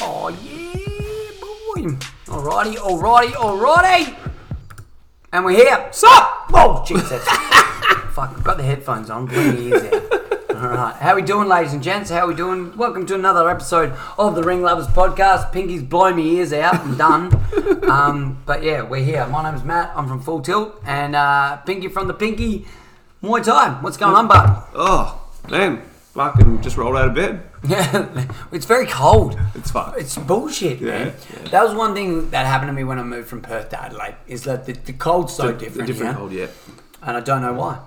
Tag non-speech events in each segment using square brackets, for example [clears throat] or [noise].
Oh yeah, boy. Alrighty, alrighty, alrighty. And we're here. Sup? Whoa, [laughs] jeez, that's fuck. I've got the headphones on. Blow my ears out. All right, [laughs] how we doing, ladies and gents? How we doing? Welcome to another episode of the Ring Lovers Podcast. Pinky's blown my ears out. I'm [laughs] done. um, but yeah, we're here. My name's Matt. I'm from Full Tilt, and uh, Pinky from the Pinky Muay Thai. What's going on, bud? [laughs] Oh, man. Fucking just rolled out of bed. Yeah, it's very cold. It's fine. It's bullshit, man. Yeah, That was one thing that happened to me when I moved from Perth to Adelaide. Is that the, the cold's so The- the different, different here, cold, yeah. and I don't know why.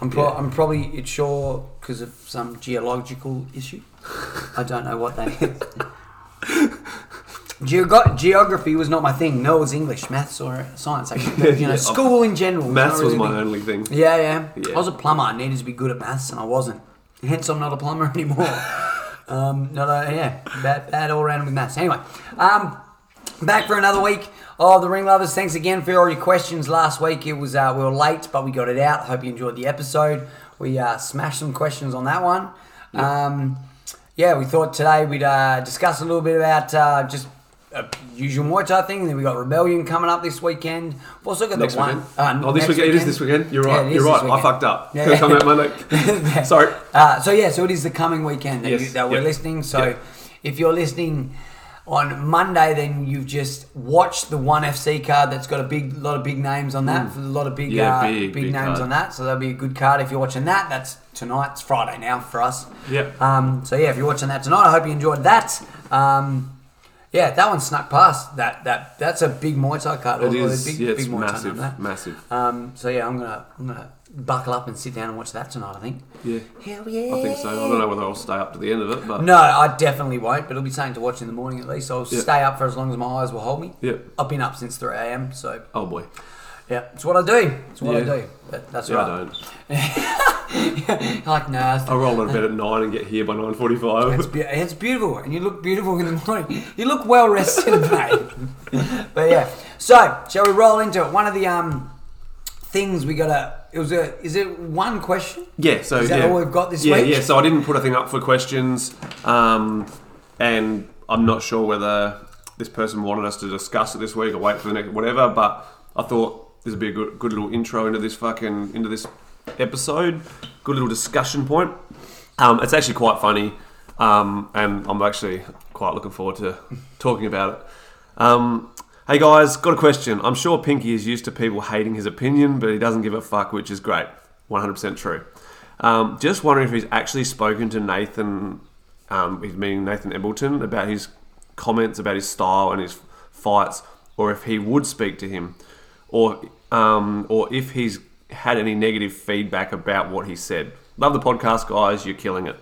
I'm, pro- Yeah. I'm probably it's sure because of some geological issue. I don't know what that is. [laughs] Geog- geography was not my thing. No, it was English, maths, or science. Actually, But, you know, [laughs] Yeah, school in general. not Maths was really my big- only thing. yeah, yeah, Yeah. I was a plumber. I needed to be good at maths, and I wasn't. Hence, I'm not a plumber [laughs] anymore. um, no, no, yeah, bad, bad all round with maths. Anyway, um, back for another week. Oh, the ring lovers, thanks again for all your questions last week. It was uh, we were late, but we got it out. Hope you enjoyed the episode. We uh, smashed some questions on that one. Um, yeah, we thought today we'd uh, discuss a little bit about uh, just. uh usual Muay Thai thing. Then we got Rebellion coming up this weekend. We've also got Next the one. uh, weekend. oh, this next weekend. It is this weekend. You're Yeah, right. it is You're this right. I weekend. fucked up. Yeah. Because I'm at my [laughs] neck. [laughs] Sorry. Uh, so yeah, so it is the coming weekend that, you, Yes, that we're yep, listening. So yep. if you're listening on Monday, then you've just watched the One FC card. That's got a big lot of big names on that. A lot of big Hmm. Yeah, uh, big, big, big names card. on that. So that'll be a good card if you're watching that. That's tonight. It's Friday now for us. Yep. Um, so yeah, if you're watching that tonight, I hope you enjoyed that. Um, yeah, that one snuck past. That that that's a big Muay Thai card. It Or- or a is. big- yeah, it's big Muay Thai massive. on that. Massive. Um, so yeah, I'm gonna I'm gonna buckle up and sit down and watch that tonight. I think. Yeah. Hell yeah. I think so. I don't know whether I'll stay up to the end of it, but No, I definitely won't. But it'll be something to watch in the morning at least. I'll Yeah. stay up for as long as my eyes will hold me. Yeah. I've been up since three a.m. So oh boy. yeah, it's what I do. It's what Yeah. I do. That, that's Yeah, right. I Oh, don't. Like nah, it's, I roll out of bed at nine and get here by [laughs] nine it's, forty-five. [laughs] be- it's beautiful, and you look beautiful in the morning. You look well rested, [laughs] mate. but yeah. So shall we roll into it? One of the um things we gotta. It was a. Is it one question? Yeah. So Is that yeah. all we've got this yeah, week? Yeah. So I didn't put a thing up for questions, um, and I'm not sure whether this person wanted us to discuss it this week or wait for the next whatever. But I thought this would be a good, good little intro into this fucking into this episode. Good little discussion point. Um, it's actually quite funny, um, and I'm actually quite looking forward to talking about it. Um, hey guys, got a question. I'm sure Pinky is used to people hating his opinion, but he doesn't give a fuck, which is great. 100% true. Um, just wondering if he's actually spoken to Nathan, um, he's meaning Nathan Embleton, about his comments about his style and his fights, or if he would speak to him, or um, or if he's had any negative feedback about what he said. Love the podcast, guys. You're killing it.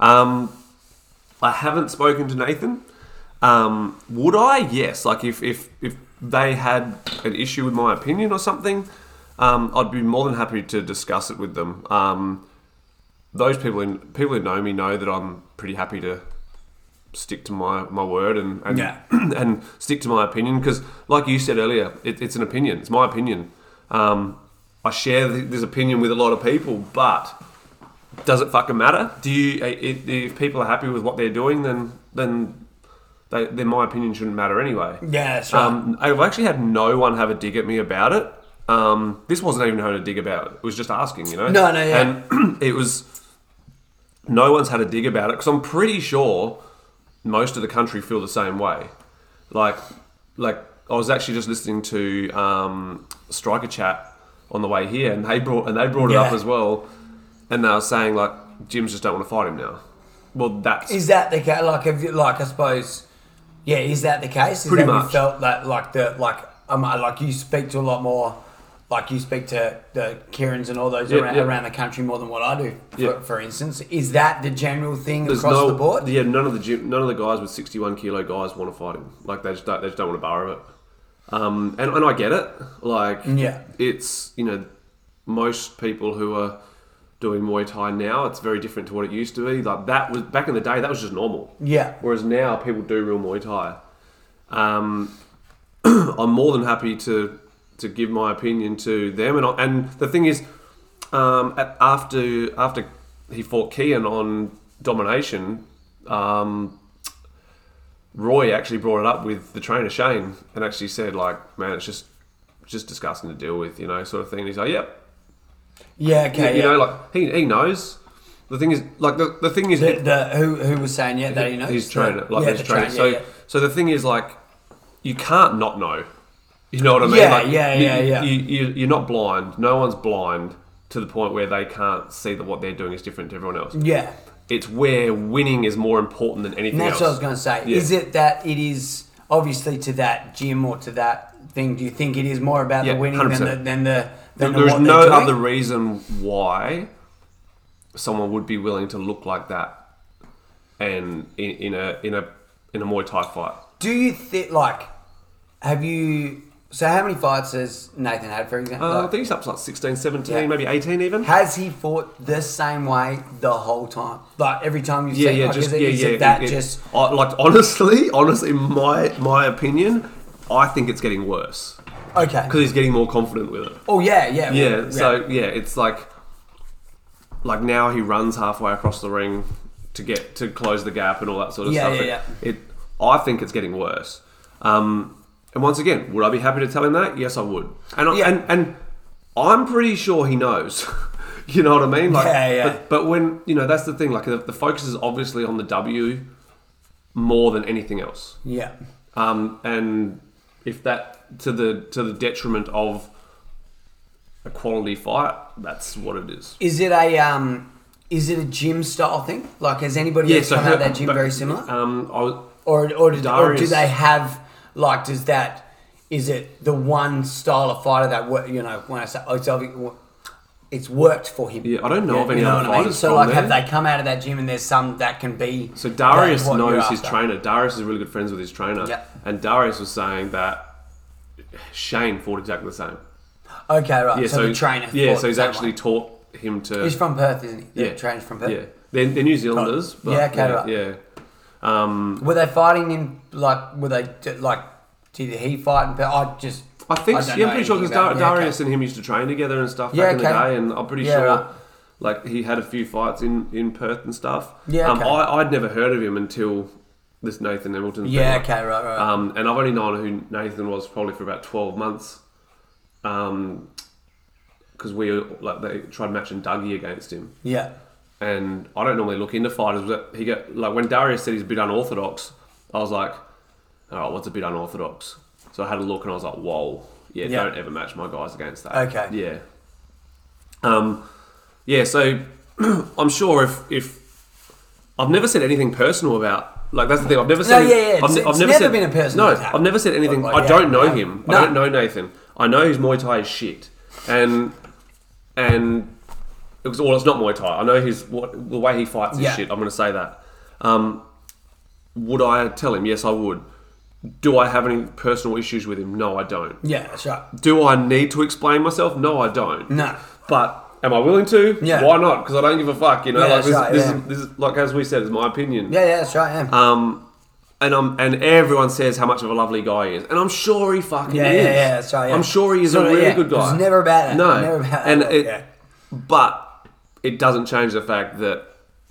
Um, I haven't spoken to Nathan. Um, would I? Yes. Like if, if if they had an issue with my opinion or something, um, I'd be more than happy to discuss it with them. Um, those people in people who know me know that I'm pretty happy to stick to my, my word and and, Yeah. [clears throat] and stick to my opinion because, like you said earlier, it, it's an opinion. It's my opinion. Um, I share th- this opinion with a lot of people, but does it fucking matter? Do you? i- i- If people are happy with what they're doing, then then they, then my opinion shouldn't matter anyway. Yeah, that's right. Um, I've actually had no one have a dig at me about it. Um, this wasn't even having a dig about it. It was just asking, you know. No, no, yeah. And [clears throat] it was no one's had a dig about it because I'm pretty sure most of the country feel the same way. Like, like I was actually just listening to um, Striker Chat on the way here, and they brought and they brought it Yeah. up as well, and they were saying like gyms just don't want to fight him now. Well, that's Is that the case? Like, have you, like I suppose, yeah. Is that the case? Is Pretty that You much. felt that, like the, like, um, like you speak to a lot more, like you speak to the Kirans and all those Yeah, around, yeah. around the country more than what I do. For, Yeah. for instance, is that the general thing There's across no, the board? Yeah, none of the gym, none of the guys with 61 kilo guys want to fight him. Like they just don't, they just don't want to borrow it. Um, and, and I get it. Like, Yeah. it's, you know, most people who are doing Muay Thai now, it's very different to what it used to be. Like, that was, back in the day, that was just normal. Yeah. Whereas now people do real Muay Thai. Um, [clears throat] I'm more than happy to to give my opinion to them. And I, and the thing is, um, a- after after he fought Kean on domination, um, Roy actually brought it up with the trainer Shane and actually said like, man, it's just just disgusting to deal with, you know, sort of thing. And he's like, yep, Yeah, okay. you yeah. know, like he he knows. The thing is, like the, the thing is, the, the, who, who was saying, yeah, that he knows? He's trainer, like yeah, he's the trainer. trainer, so, yeah, yeah. so the thing is, like, you can't not know. You know what I mean? Yeah, like, yeah, you, yeah, yeah. You, you, you're not blind. No one's blind to the point where they can't see that what they're doing is different to everyone else. Yeah. It's where winning is more important than anything And that's else. what I was going to say. Yeah. Is it that it is obviously to that gym or to that thing? Do you think it is more about Yeah, the winning than the 100%. than the than the There's what no they're doing? other reason why someone would be willing to look like that, and in, in a in a in a Muay Thai fight. Do you think like have you? So how many fights has Nathan had, for example? Uh, I Like, think he's up to like 16, 17, Yeah. maybe 18 even. has he fought the same way the whole time? Like every time you've yeah, seen, yeah, like, just is it, yeah, is yeah. it that it- it- just I, like honestly, [laughs] honestly, my my opinion, I think it's getting worse okay? because he's getting more confident with it. Oh yeah, yeah, Yeah, well, so yeah, it's like like now he runs halfway across the ring to get to close the gap and all that sort of Yeah, stuff. yeah, It- yeah. It, I think it's getting worse. Um, and once again, would I be happy to tell him that? Yes, I would. And I, Yeah. and and I'm pretty sure he knows. [laughs] you know what I mean? Like, Yeah, yeah. But, but when you know that's the thing. Like the, the focus is obviously on the W more than anything else yeah, um, and if that to the to the detriment of a quality fight, that's what it is. is it a um? Is it a gym style thing? Like, has anybody else come out of that gym but, very similar? Um, I was, or or, did, or do Darius- they have like does that is it the one style of fighter that work, you know when I say oh, it's obvi- it's worked for him Yeah, I don't know of any other what I mean? fighters so from like have there. they come out of that gym and there's some that can be so Darius that what you're knows his after? trainer. Darius is really good friends with his trainer, Yeah. and Darius was saying that Shane fought exactly the same. okay right Yeah, Oh, so, the trainer Yeah, fought so he's that actually one. taught him to. he's from Perth isn't he yeah, the trainer's from Perth Yeah, they're, they're New Zealanders. But Yeah, okay, yeah, right. yeah. Um, were they fighting in like were they d- like did he fight in Perth I just I think don't yeah, I'm know pretty sure because anything about- yeah, okay. Darius and him used to train together and stuff Yeah, back in the okay. day, and I'm pretty Yeah, sure right. like he had a few fights in, in Perth and stuff. Yeah, um, okay. I, I'd never heard of him until this Nathan Hamilton. thing. yeah okay right right Um, and I've only known who Nathan was probably for about twelve months, um, because we like they tried matching Dougie against him, yeah and I don't normally look into fighters, but he got like when Darius said he's a bit unorthodox, I was like, all right, what's a bit unorthodox? So I had a look and I was like, whoa, yeah, Yeah. don't ever match my guys against that. Okay. yeah, um, yeah. So [clears throat] I'm sure if if I've never said anything personal about like that's the thing I've never said. yeah, yeah, I've, it's- ne- I've it's never, never said- been a personal No, attack. I've never said anything. Like, I don't yeah, know no. him. No. I don't know Nathan. I know his Muay Thai is shit, and and it was all. It's not Muay Thai. I know his what the way he fights is Yeah. shit. I'm going to say that. Um, would I tell him? Yes, I would. Do I have any personal issues with him? No, I don't. yeah that's right Do I need to explain myself? No, I don't. No. But am I willing to? Yeah. Why not? Because I don't give a fuck. You Yeah, know, like that's this, right, this, yeah. is, this is like as we said, it's my opinion. yeah yeah that's right yeah. Um, and um, and everyone says how much of a lovely guy he is, and I'm sure he fucking Yeah, is. yeah, yeah, that's right, yeah. I'm sure he is No, a no, really yeah. good guy. It's never about that. No, Never about that. and it, Yeah. but it doesn't change the fact that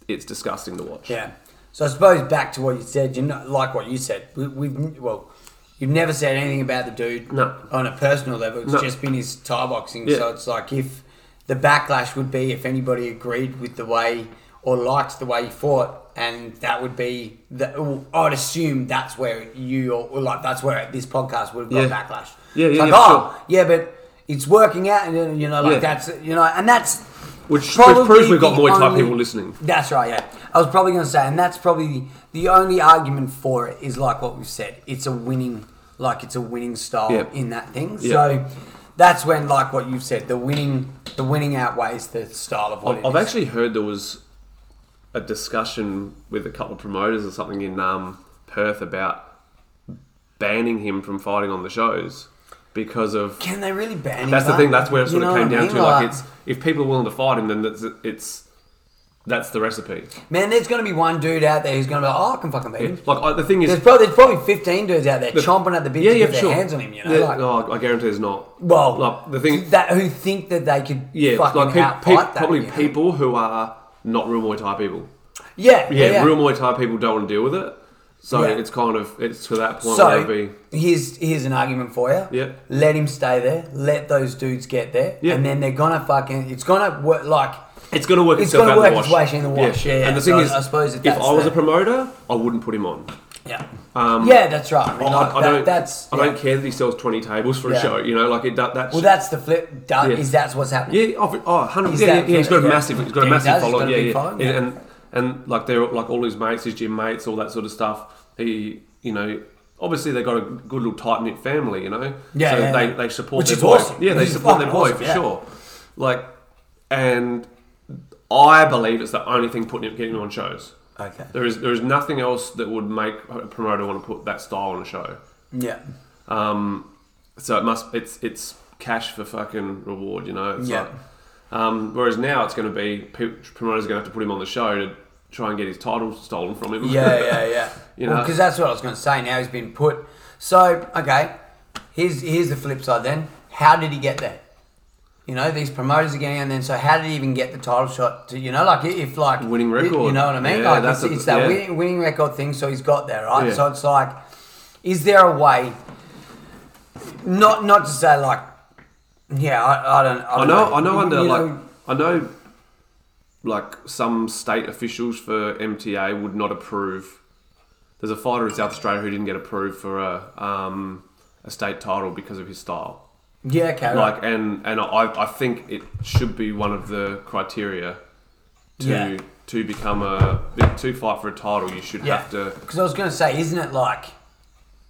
it's disgusting to watch. Yeah. So I suppose back to what you said, you know, like what you said. We, we've well, you've never said anything about the dude No. on a personal level. It's No. just been his Thai boxing. Yeah. So it's like if the backlash would be if anybody agreed with the way or liked the way he fought, and that would be the, I'd assume that's where you or, or like that's where this podcast would have got Yeah. backlash. Yeah, It's yeah, like, yeah, oh, sure. yeah, but it's working out, and you know, like Yeah. that's you know, and that's Which- which probably proves we've got the Muay Thai only- people listening. That's right. Yeah, I was probably going to say, and that's probably the only argument for it is like what we've said. It's a winning, like it's a winning style Yeah. in that thing. Yeah. So that's when, like what you've said, the winning, the winning outweighs the style of what it I've is. actually heard there was a discussion with a couple of promoters or something in um, Perth about banning him from fighting on the shows because of Can they really ban him? that's the though? thing. That's where it You sort know of came what I mean? down to. Like, it's if people are willing to fight him, then that's it's that's the recipe. man, there's going to be one dude out there who's going to be like, oh, I can fucking beat him. Like I, the thing is, There's probably, there's probably 15 dudes out there chomping at the bit yeah, to yeah, get for their sure. hands on him. You know, Yeah, like, no, I- I guarantee there's not. well, like, the thing, that who think that they could yeah, fucking like peop outfight peop- that. probably you know? people who are not real Muay Thai people. Yeah, Yeah, yeah, yeah. real Muay Thai people don't want to deal with it. So Yeah. it's kind of it's to that point where it'd So be here's here's an argument for you. Yeah. Let him stay there. Let those dudes get there, Yeah. and then they're gonna fucking. It's gonna work like. it's gonna work. It's itself gonna out work its way in the wash, yeah, yeah. and the thing So is, I suppose if if, that's I was the- a promoter, I wouldn't put him on. Yeah. yeah, that's right. I mean, Um, I, like, I that- don't. that's. I yeah. don't care that he sells twenty tables for a Yeah. show. You know, like it. That, that's Well, that's the flip. Done, Yeah. Is that's what's happening? Yeah, oh, oh 100 He's yeah, that yeah, yeah, he's got a yeah. massive, he's Yeah, got a he massive does, he's following. got a Yeah, big yeah. following, yeah. And, and and like they're like all his mates, his gym mates, all that sort of stuff. He, you know, obviously they got a good little tight knit family, you know. Yeah, so yeah, they yeah. they support Which their is boy. awesome. Yeah, they Which is support their fucking boy awesome, for yeah. sure. Like, and I believe it's the only thing putting him getting him on shows. Okay. There is there is nothing else that would make a promoter want to put that style on a show. Yeah. Um, so it must it's it's cash for fucking reward, you know. It's Yeah. like- um, whereas now it's going to be pe- promoters going to have to put him on the show to try and get his title stolen from him. [laughs] Yeah, yeah, yeah. You know? because that's what I was going to say. Now he's been put. So okay, here's here's the flip side. Then how did he get there? You know, these promoters are getting, and then so how did he even get the title shot? To you know, like if like Winning you- You record. know what I mean? Yeah, like that's it's, a- it's that yeah. winning, winning record thing. So he's got there, right? Yeah. So it's like, is there a way? Not not to say like, yeah, I, I don't. I, I don't know, I know. Under You like, know, I know, like some state officials for MTA would not approve. There's a fighter in South Australia who didn't get approved for a um, a state title because of his style. yeah, okay, right. like and and I, I think it should be one of the criteria to Yeah. to become a to fight for a title you should have to Because I was going to say, isn't it like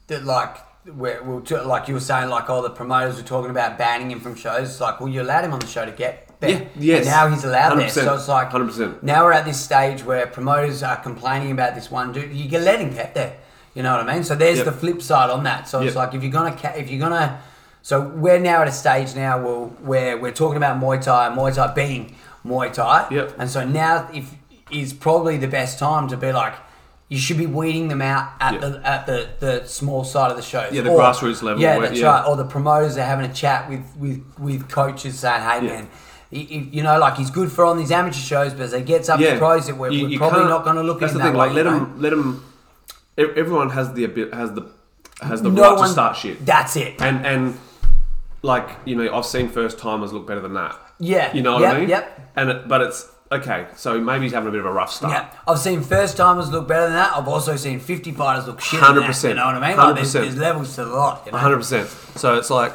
that? Like where we'll t- like you were saying, like all the promoters were talking about banning him from shows. It's like, well, you allowed him on the show to get. banned. Yeah, And yes. now he's allowed there, 100%, so it's like 100%. Now we're at this stage where promoters are complaining about this one dude. You can let him get there. You know what I mean? So there's Yep. the flip side on that. So it's Yep. like if you're gonna ca- if you're gonna, so we're now at a stage now where- where we're talking about Muay Thai, Muay Thai being Muay Thai, Yep. and so now if is probably the best time to be like, you should be weeding them out at Yeah. the at the, the small side of the shows. Yeah, the grassroots level Yeah, where- that's yeah. right. Or the promoters are having a chat with with, with coaches saying, hey Yeah. man. he- he- You know, like he's good for on these amateur shows, but as he gets up to pros, we're, You- we're you probably can't- not going to look at that's him the thing that like way, let you know? him let him everyone has the abi- has the has the No right one- to start shit That's it. and and like you know I've seen first timers look better than that Yeah. you know what Yep, I mean yep. and it, but it's okay so maybe he's having a bit of a rough start Yeah, I've seen first timers look better than that. I've also seen 50 fighters look shit. 100%. 100%, You know what I mean? Like, there's, 100%. there's levels to the lot. You know? hundred percent. So it's like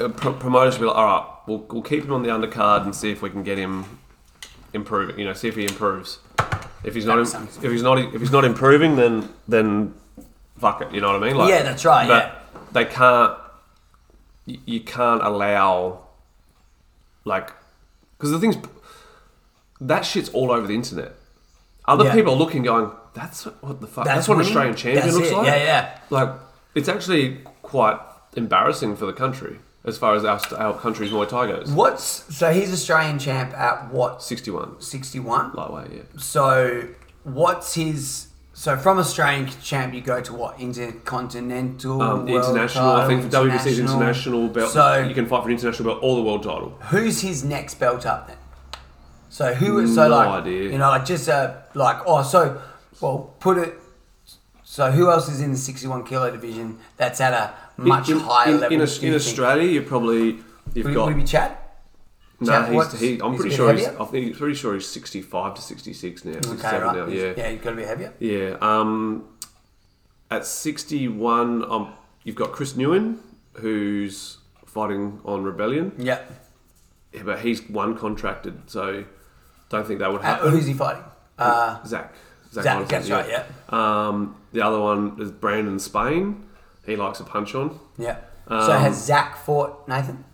uh, pro- promoters will be like, all right, we'll, we'll keep him on the undercard and see if we can get him improve. You know, see if he improves. If he's not, That im- sounds- if he's not, if he's not improving, then then fuck it. You know what I mean? Like, Yeah, that's right, But they can't. y- You can't allow, like, because the things that shit's all over the internet. Other Yeah. people are looking, going, "That's what the fuck. That's, That's what an winning? Australian champion That's looks it. like." Yeah, yeah. like it's actually quite embarrassing for the country as far as our, our country's Muay Thai goes. What's so he's Australian champ at what 61 61? lightweight, yeah. So what's his? So from Australian champ, you go to what intercontinental, Um, world international, I title, think for WBC's international. international belt, So you can fight for an international belt or the world title. who's his next belt up then? So who is so No like idea. you know like just uh, like oh so well put it so who else is in the 61 kilo division that's at a much in, higher in, level in, do Aus- you in think? Australia, you probably you've would, got would it be Chad nah, Chad he's, Watts? he, I'm He's a pretty bit sure he's heavier? I think he's pretty sure he's 65 to 66 now, 67 okay right now, He's- yeah. yeah you've got to be heavier Yeah. Um, at 61, um, you've got Chris Newen, who's fighting on Rebellion. yeah Yeah, but he's one contracted, so don't think that would Uh, happen. who's he fighting uh, Zach. Zach, Zach, Hodgson, that's right, Um, the other one is Brandon Spain. He likes a punch on. yeah so Um, has Zach fought Nathan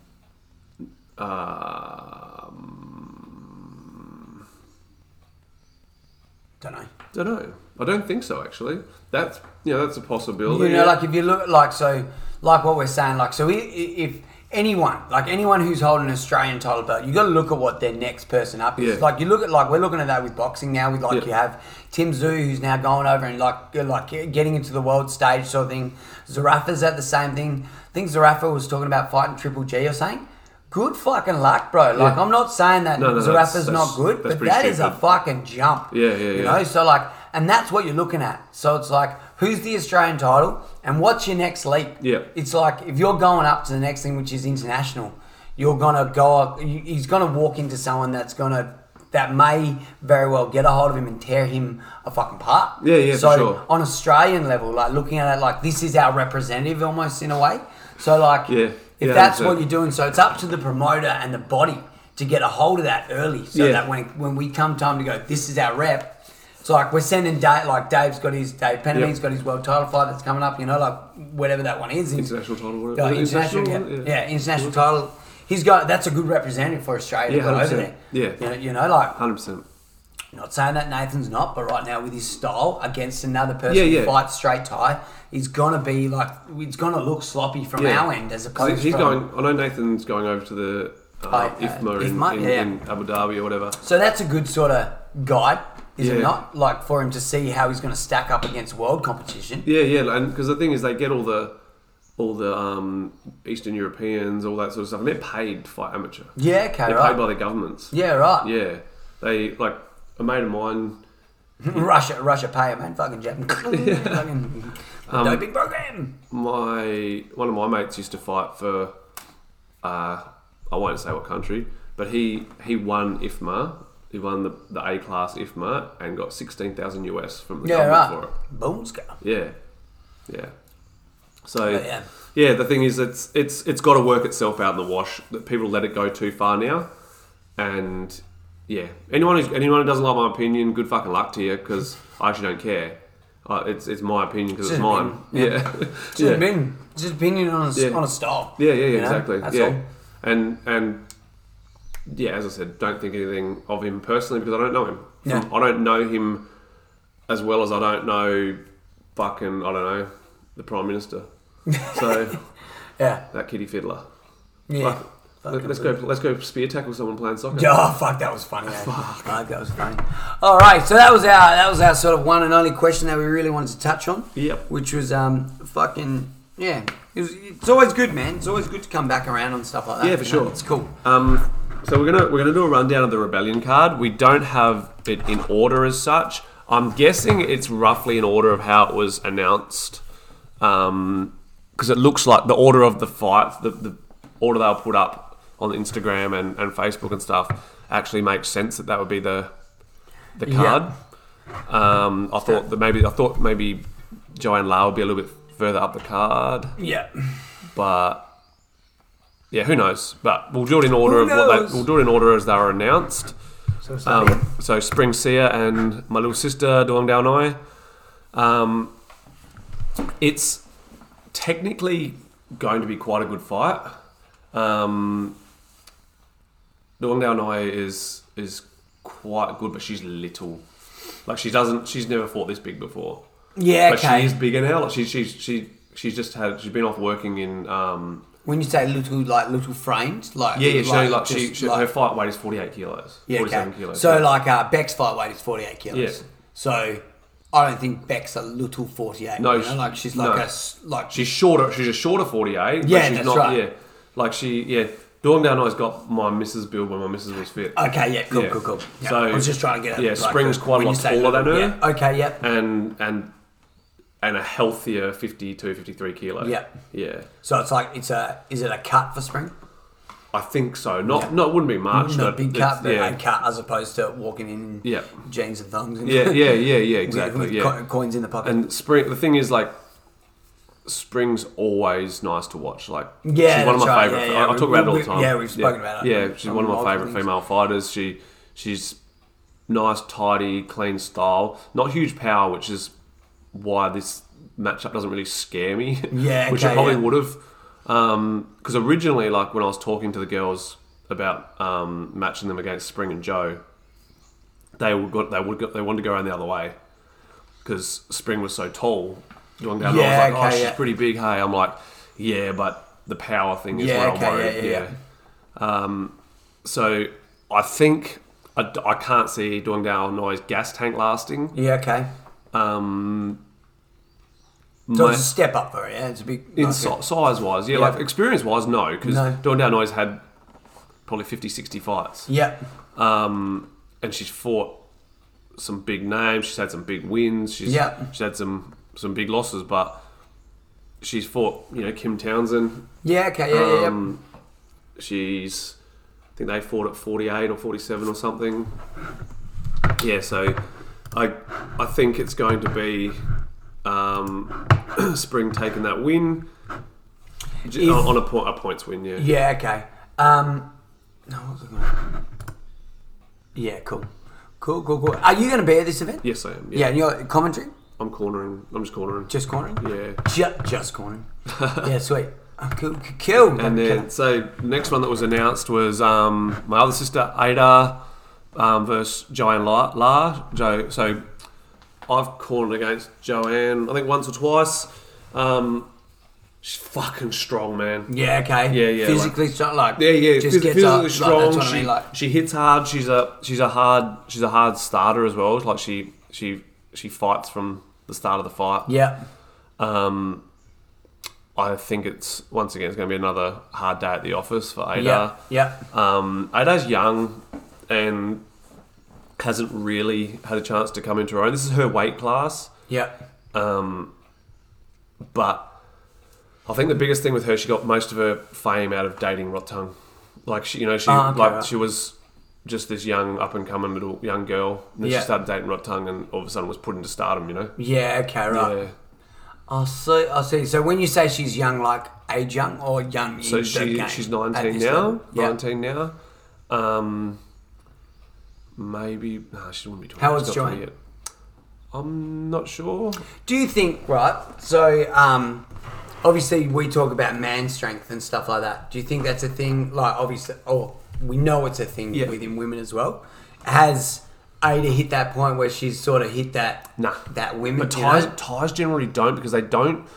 Uh, Um, don't know don't know. I don't think so. Actually, that's you know that's a possibility. You know, yeah. like if you look at like so like what we're saying, like so i- i- if anyone, like anyone who's holding an Australian title belt, you got to look at what their next person up is. Yeah. Like you look at like we're looking at that with boxing now. With like Yeah. you have Tim Zhu who's now going over and like you're, like getting into the world stage sort of thing. Zarafa's at the same thing. I think Zarafa was talking about fighting Triple G or saying. Good fucking luck, bro. Like Yeah. I'm not saying that No, no, that's- Zarafa's that's- not good, that's but pretty that is a stupid. fucking jump. Yeah, yeah, You yeah. know, so like, and that's what you're looking at. So it's like, who's the Australian title, and what's your next leap? Yeah. It's like if you're going up to the next thing, which is international, you're gonna go up. you- He's gonna walk into someone that's gonna that may very well get a hold of him and tear him a fucking part. Yeah, yeah, for So sure. on Australian level, like looking at it, like this is our representative almost in a way. So like, Yeah. if Yeah, that's what exactly. you're doing, so it's up to the promoter and the body to get a hold of that early, so Yeah. that when when we come time to go, this is our rep. It's like we're sending Dave, like Dave's got his Dave Penamini's Yep. got his world title fight that's coming up, you know, like whatever that one is. International title, whatever. Yeah, Is it international, international? yeah, Yeah. yeah, international title. He's got that's a good representative for Australia Yeah, to got over 100%. there. Yeah. you know, you know, like Hundred percent. not saying that Nathan's not, but right now with his style against another person Yeah, who yeah. fights straight tie, he's gonna be like it's gonna look sloppy from Yeah. our end as He's opposed. he's from, going. I know Nathan's going over to the uh, Oh, yeah. IFMA, in, IFMA, in, yeah. in Abu Dhabi or whatever. So that's a good sort of guide, is it Yeah. not? Like for him to see how he's going to stack up against world competition. Yeah, yeah, and because the thing is, they get all the all the um, Eastern Europeans, all that sort of stuff, and they're paid to fight amateur. Yeah, okay, they're right. paid by their governments. Yeah, right. yeah. They like a mate of mine. [laughs] Russia, Russia, pay him, man. Fucking [laughs] Japan. [laughs] Fucking Um, doping program. My one of my mates used to fight for. Uh, I won't say what country, but he he won IFMA. He won the, the A class IFMA and got sixteen thousand US from the Yeah, right. government for it. Boomska. Yeah, yeah. So yeah. Oh, yeah. the thing is, it's it's it's got to work itself out in the wash. That people let it go too far now, and yeah, anyone who's, anyone who doesn't like my opinion, good fucking luck to you because I actually don't care. Uh, it's it's my opinion because it's Just mine. Yeah, [laughs] Just, yeah. opinion, just opinion on a, Yeah. on a style. yeah, yeah, yeah, you know? exactly. That's yeah, all. and and yeah, as I said, don't think anything of him personally because I don't know him. Yeah. I don't know him as well as I don't know fucking I don't know the prime minister. [laughs] So. Yeah. that kitty fiddler. Yeah. Fuck. Let, us go. Let's go spear tackle someone playing soccer. Yeah, [laughs] Oh fuck, that was funny. Man. Fuck, that was funny. All right, so that was our that was our sort of one and only question that we really wanted to touch on. Yep. Which was um fucking yeah. It was, it's always good, man. It's always good to come back around on stuff like that. Yeah, for you know? sure. It's cool. Um, so we're gonna we're gonna do a rundown of the rebellion card. We don't have it in order as such. I'm guessing it's roughly in order of how it was announced, because it looks like the order of the fight, the, the order they'll put up on Instagram and, and Facebook and stuff, actually makes sense that that would be the the Yeah. card. Um, I thought that maybe I thought maybe Joanne Lau would be a little bit further up the card. Yeah. but yeah, who knows? But we'll do it in order Who of what knows? they, we'll do it in order as they were announced. So, um, so Spring Seer and my little sister Duong Dao Noi. Um, it's technically going to be quite a good fight. Um, Duong Dao Noi is is quite good, but she's little. Like she doesn't, she's never fought this big before Yeah. but Okay. she is bigger now. Like she, she, she, she's just had. She's been off working in. Um, when you say little, like little framed, like yeah, yeah. She, like, she, just she her fight weight is forty eight kilos. yeah, forty seven okay. kilos. So yeah. like uh, Beck's fight weight is forty eight kilos. Yeah. So I don't think Beck's a little forty eight. No, you know? she- like she's like no. a s- like she's shorter. She's a shorter forty eight. Yeah, but she's that's not, right. Yeah, like she, yeah. Doing down, I've got my missus build when my missus was fit. Okay, yeah, cool, Yeah. cool, cool. Yeah, So- I was just trying to get it. yeah, Spring's quite a when lot you say taller than little, her. Yeah. Okay, yep. and and and a healthier 52, 53 kilo. Yeah. yeah. So it's like it's a is it a cut for Spring? I think so. Not, Yeah. no, it wouldn't be much. Not a but big it's- cut, but yeah. a cut as opposed to walking in Yeah. jeans and thongs. And [laughs] yeah, yeah, yeah, yeah, with- exactly. with yeah, co- coins in the pocket. And spring, the thing is, like, spring's always nice to watch. Like, Yeah, she's one of that's my right. favorite. Yeah, yeah. I, I talk We- about it all we- the time. yeah, we've spoken about it Yeah, on- she's on one of my multiple favorite things. female fighters. She, she's nice, tidy, clean style. Not huge power, which is why this matchup doesn't really scare me. [laughs] Yeah, [laughs] which I okay, probably yeah. would have. Because originally, like when I was talking to the girls about um, matching them against Spring and Joe, they would go, they would go, they wanted to go around the other way because Spring was so tall. Going down, Yeah, I was like, okay, oh, she's yeah. pretty big. Hey, I'm like, Yeah, but the power thing is Yeah, where okay, I'm worried. yeah, Yeah, yeah, Um, so I think I, d- I can't see Dong Dao Noi's gas tank lasting. Yeah, okay. Um, So my- it's a step up for it. Yeah, it's a big. in nice si- bit. size wise, yeah, Yeah. like experience wise, no, because No. Dong Dao Noi's had probably 50, 60 fights. Yeah. Um, and she's fought some big names. She's had some big wins. She's Yeah. she's had some some big losses, but she's fought you know Kim Townsend. Yeah, okay. Yeah, yeah, yeah. Um, She's I think they fought at 48 or 47 or something. Yeah, so I I think it's going to be um, [clears throat] Spring taking that win. J- If- on a, po- a points win, yeah. Yeah, okay. Um, no, what was I going Yeah, cool. Cool, cool, cool. Are you going to be at this event? Yes, I am. Yeah. Yeah, and you're commentary? I'm cornering. I'm just cornering. Just cornering? yeah. Ju- just [laughs] cornering. yeah, sweet. Oh, cool, cool, cool. And then, so the next one that was announced was um, my other sister Ada um, versus Joanne La. La. Jo, so I've cornered against Joanne, I think once or twice. Um, she's fucking strong, man. Yeah, okay. Yeah, yeah, Physically strong, like Yeah, yeah. just Just gets physically up, strong. Like, that's what she, I mean. Like, she hits hard. She's a she's a hard she's a hard starter as well. Like she she she fights from the start of the fight. yeah, Um, I think it's once again it's going to be another hard day at the office for Ada. yeah, yeah, Um, Ada's young and hasn't really had a chance to come into her own. This is her weight class, yeah, but I think the biggest thing with her, she got most of her fame out of dating Rotung. Like she, you know, she Ah, okay, like right. she was just this young up and coming little young girl, and then Yeah. she started dating Rotung, and all of a sudden was put into stardom. You know, yeah. Okay, right. yeah. I see. I see. So when you say she's young, like age young or young? in So the she game she's at nineteen this now. level? Yeah. Nineteen now. Um, maybe nah, she wouldn't be twenty. How She's old's not 20 Joanne? yet. I'm not sure. Do you think right? So um, obviously we talk about man strength and stuff like that. Do you think that's a thing? Like obviously, oh, we know it's a thing Yeah. within women as well. Has Ada hit that point where she's sort of hit that Nah. that women? But you ties, know? ties generally don't because they don't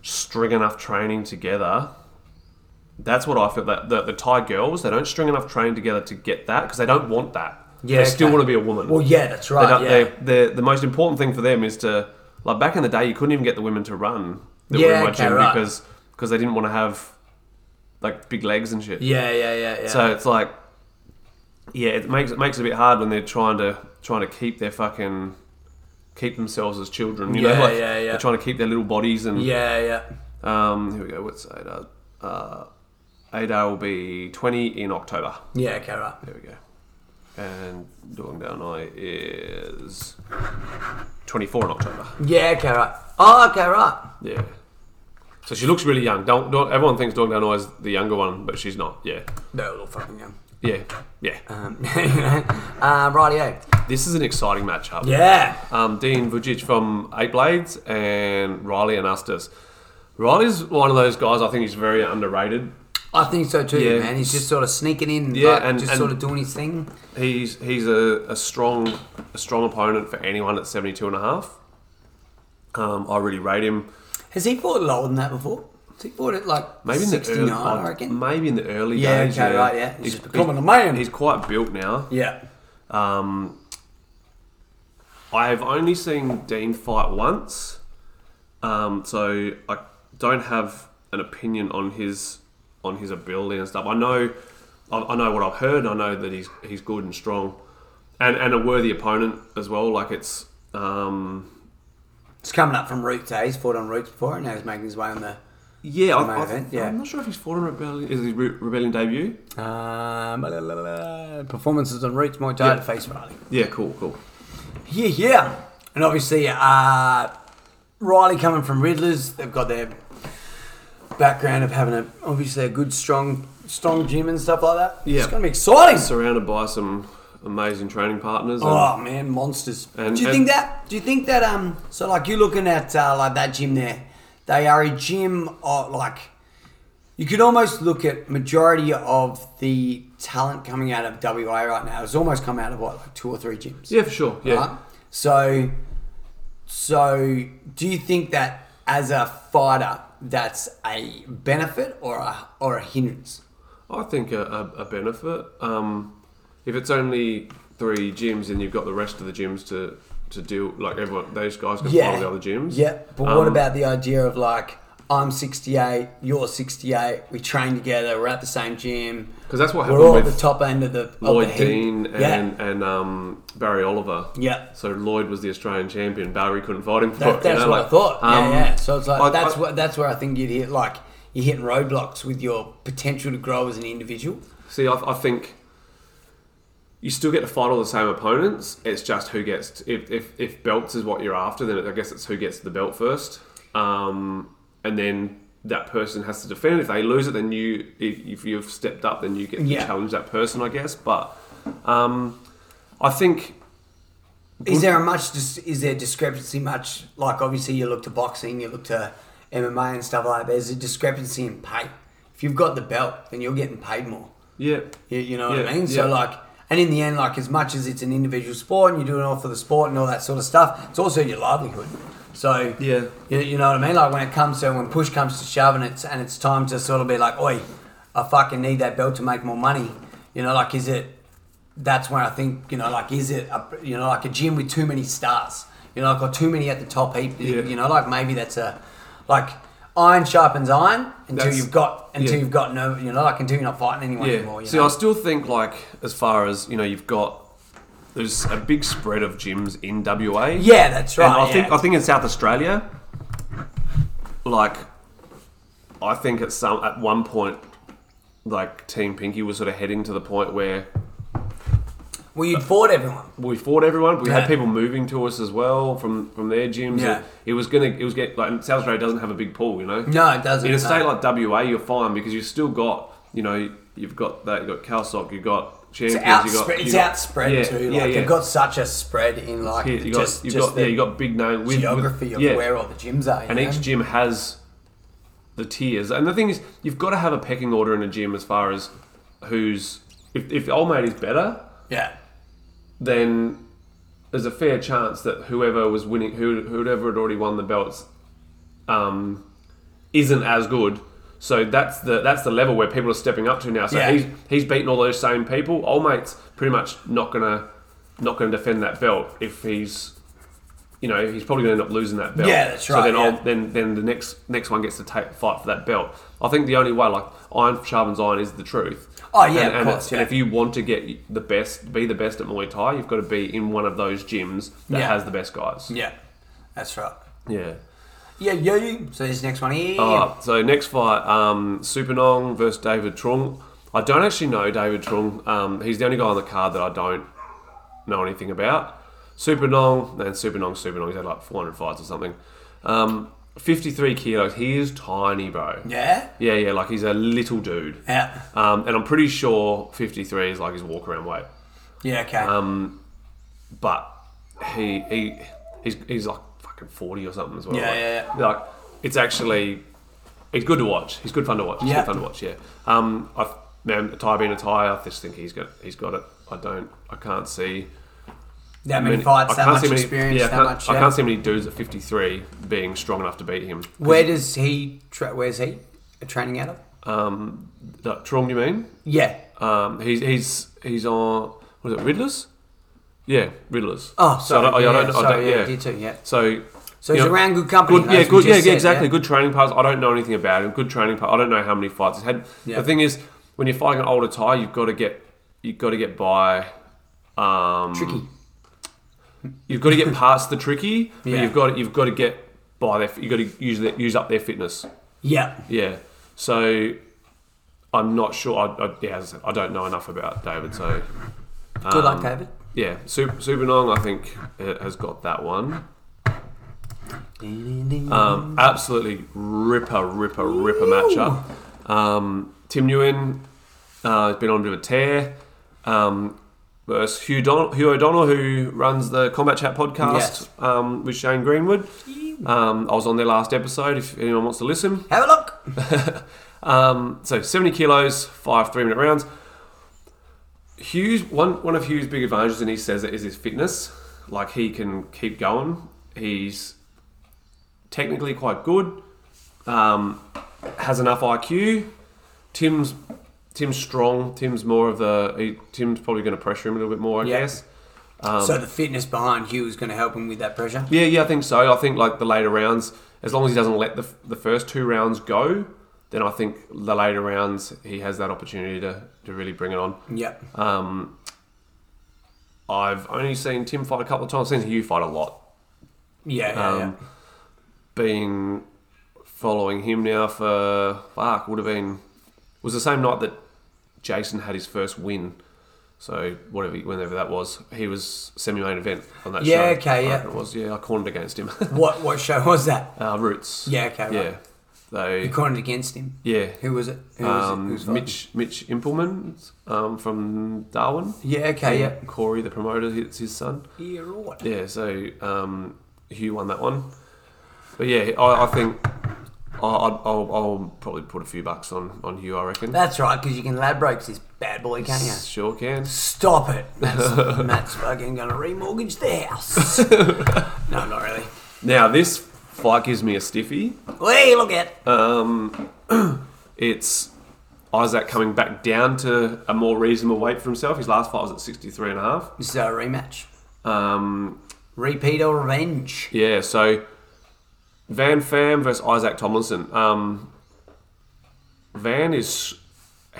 string enough training together. That's what I feel that the, the Thai girls they don't string enough training together to get that because they don't want that. Yeah, they still okay. want to be a woman. Well, yeah, that's They right. don't- yeah. they- they're- the most important thing for them is to like back in the day you couldn't even get the women to run that were Yeah, in my okay, gym right. because because they didn't want to have like big legs and shit. yeah, yeah, yeah, yeah. So it's like yeah, it makes it makes it a bit hard when they're trying to trying to keep their fucking keep themselves as children. You Yeah, know, like yeah, yeah. they're trying to keep their little bodies and yeah, yeah. um here we go, what's Ada? Uh Ada will be twenty in October. Yeah, okay, right. There we go. And Dong Down Eye is 24 in October. Yeah, okay, right. Oh, okay, right. Yeah. So she looks really young. Don't, don't everyone thinks Dong Down Eye is the younger one, but she's not. Yeah. They're all fucking young. Yeah. Yeah. Um, [laughs] um, rightio. This is an exciting matchup. Yeah. Um, Dean Vujic from Eight Blades and Riley Anastas. Riley's one of those guys I think he's very underrated. I think so too, Yeah. man. He's just sort of sneaking in, Yeah, like, and- just and- sort of doing his thing. He's he's a, a strong a strong opponent for anyone at 72 and a half. Um, I really rate him. Has he fought lower than that before? Has he fought it like Maybe in the 69, early, I reckon? Maybe in the early Yeah, days. okay, yeah, right, yeah. He's just becoming a man. He's quite built now. yeah. Um, I've only seen Dean fight once, um, so I don't have an opinion on his on his ability and stuff. I know, I, I know what I've heard. I know that he's he's good and strong, and and a worthy opponent as well. Like it's. Um, It's coming up from Roots, eh? He's fought on Roots before and now he's making his way on the. yeah, main I, I, event, yeah. I'm not sure if he's fought in Rebellion. Is his Re- Rebellion debut? Um, la, la, la, la. Performances on Roots, Muay Thai Yeah. to face Riley. Yeah, cool, cool. Yeah, yeah. And obviously, uh, Riley coming from Riddlers, they've got their background of having a obviously a good, strong, strong gym and stuff like that. Yeah. It's going to be exciting. Surrounded by some amazing training partners. and- Oh man, monsters! Um, And- do you and- think that? Do you think that? Um, so like you looking at uh, like that gym there, they are a gym of like you could almost look at majority of the talent coming out of WA right now has almost come out of what like two or three gyms. yeah, for sure. Yeah. right? So, so do you think that as a fighter that's a benefit or a or a hindrance? I think a, a, a benefit. Um, if it's only three gyms, then you've got the rest of the gyms to to deal. Like everyone, those guys can follow the other gyms. Yeah, but what Um, about the idea of like I'm 68, you're 68, we train together, we're at the same gym. 'Cause that's what we're happened all at with the top end of the of the Lloyd heap. Dean Yeah. and and um, Barry Oliver. Yeah. So Lloyd was the Australian champion. Barry couldn't fight him. For That, it, that's you know, what like, I thought. um, yeah, yeah. So it's like I- that's I- what that's where I think you'd hit like you're hitting roadblocks with your potential to grow as an individual. See, I, I think you still get to fight all the same opponents. It's just who gets if if, if belts is what you're after, then I guess it's who gets the belt first, um, and then that person has to defend. If they lose it, then you if, if you've stepped up, then you get to Yeah. challenge that person, I guess. But um, I think Is there a much dis- is there discrepancy much like obviously you look to boxing, you look to MMA and stuff like that. There's a discrepancy in pay. If you've got the belt, then you're getting paid more. yeah, You, you know what Yeah, I mean? So yeah. like, and in the end, like as much as it's an individual sport and you're doing it all for the sport and all that sort of stuff, it's also your livelihood. So Yeah. you, you know what I mean? Like when it comes to when push comes to shove and it's and it's time to sort of be like, oi, I fucking need that belt to make more money. You know, like is it? That's when I think you know, like is it? A, you know, like a gym with too many stars. You know, like or too many at the top heap. Yeah. You know, like maybe that's a like. Iron sharpens iron until That's- you've got until yeah. you've got no you know like until you're not fighting anyone anymore. You See, know? I still think like as far as you know, you've got there's a big spread of gyms in WA. Yeah, that's right. And I think yeah. I think in South Australia, like, I think at some at one point, like Team Pinky was sort of heading to the point where well, you'd fought everyone. we fought everyone. We Yeah. had people moving to us as well from from their gyms. Yeah. It was gonna it was get like South Australia doesn't have a big pool, you know. No, it doesn't. In a no. state like WA, you're fine because you've still got you know you've got that you've got Calsoc, you've got it's champions, you got outspread. you It's got- outspread yeah, too. Like yeah, yeah. you've got such a spread in like Yeah, you got just you just got the yeah you got big name with- with, geography of yeah. where all the gyms are. you and know? each gym has the tiers. And the thing is, you've got to have a pecking order in a gym as far as who's if, if old mate is better, yeah, then there's a fair chance that whoever was winning, who whoever had already won the belts, um, isn't as good. So that's the that's the level where people are stepping up to now. So Yeah. he's he's beaten all those same people. Old mate's pretty much not gonna not gonna defend that belt if he's you know he's probably gonna end up losing that belt. Yeah, that's So right, then yeah. old, then then the next next one gets to take fight for that belt. I think the only way like iron sharpens iron is the truth. Oh, yeah, and, of and course, it's- and yeah. if you want to get the best, be the best at Muay Thai, you've got to be in one of those gyms that Yeah. has the best guys. yeah, that's right. Yeah. Yeah, you. So this next one here. Uh, so next fight, um, Supernong versus David Trung. I don't actually know David Trung. Um, he's the only guy on the card that I don't know anything about. Supernong and Supernong, Supernong. He's had like 400 fights or something. Um, 53 kilos. He is tiny, bro. yeah, Yeah, yeah. Like he's a little dude. yeah, Um, and I'm pretty sure 53 is like his walk around weight. yeah. Okay. Um, but he he he's, he's like fucking forty or something as well. Yeah, like, yeah, Like it's actually he's good to watch. He's good fun to watch. He's Yeah. good fun to watch. Yeah. Um, I've man, tie being a tie, I just think he's got he's got it. I don't. I can't see. that many fights, that much see many- experience, yeah, I that can't- much. I yeah. can't see many dudes at fifty three being strong enough to beat him. Where does he? Tra- where's he? Training out of? Um, that Trong, you mean? Yeah. Um, he's he's he's on was it Riddlers? Yeah, Riddlers. Oh, So sorry. I don't- I yeah, don't- I don't- sorry, yeah, yeah. you too. Yeah. So So you he's know, around good company. Good, as yeah, we good, yeah, just yeah, said, exactly. Good training partners. I don't know anything about him. Good training partner. I don't know how many fights he's had. Yeah. The thing is, when you're fighting an older Thai, you've got to get you've got to get by. Um, Tricky. You've got to get past the tricky, but Yeah. you've got to, you've got to get by their. You've got to use their, use up their fitness. Yeah. Yeah. So I'm not sure. I, I, yeah, as I, said, I don't know enough about David. So Good luck, Um, David. yeah, Super, Supernong, I think uh, has got that one. Um, absolutely ripper, ripper, ripper matchup. Um, Tim Nguyen uh, has been on a bit of a tear. Um, versus Hugh, Don- Hugh O'Donnell, who runs the Combat Chat podcast Yes. um, with Shane Greenwood. Um, I was on their last episode if anyone wants to listen. Have a look. Um, so 70 kilos, five three minute rounds. Hughes, one one of Hughes' big advantages, and he says it is his fitness. Like he can keep going. He's technically quite good. um, has enough IQ. Tim's Tim's strong. Tim's more of the. He, Tim's probably going to pressure him a little bit more, I Yeah. guess. Um, so the fitness behind Hugh is going to help him with that pressure. Yeah, yeah, I think so. I think like the later rounds, as long as he doesn't let the the first two rounds go, then I think the later rounds he has that opportunity to to really bring it on. Yep. Um, I've only seen Tim fight a couple of times. I've seen Hugh fight a lot. Yeah, yeah, yeah. um, Been following him now for fuck would have been it was the same night that Jason had his first win. So whatever, whenever that was, he was semi-main event on that show. Yeah, okay, I yeah. reckon It was yeah. I cornered against him. What what show [laughs] was that? [laughs] Uh, Roots. Yeah, okay, right. Yeah. They, You cornered against him. yeah. Who was it? Who was it? Who Um, was fighting? Mitch Mitch Impleman um, from Darwin. Yeah, okay, yeah. Corey, the promoter, it's his son. Yeah, right. Yeah, so um, Hugh won that one. But yeah, I, I think I, I'd- I'll, I'll probably put a few bucks on, on Hugh, I reckon. That's right, because you can labrate this bad boy, can't you? Sure can. Stop it. [laughs] Matt's, Matt's fucking going to remortgage the house. no, not really. Now, this fight gives me a stiffy. Hey, look at. Uh, It's Isaac coming back down to a more reasonable weight for himself. His last fight was at 63 and a half. this is a rematch. Um, Repeat or revenge. Yeah, so Van Fam versus Isaac Tomlinson. Um, Van is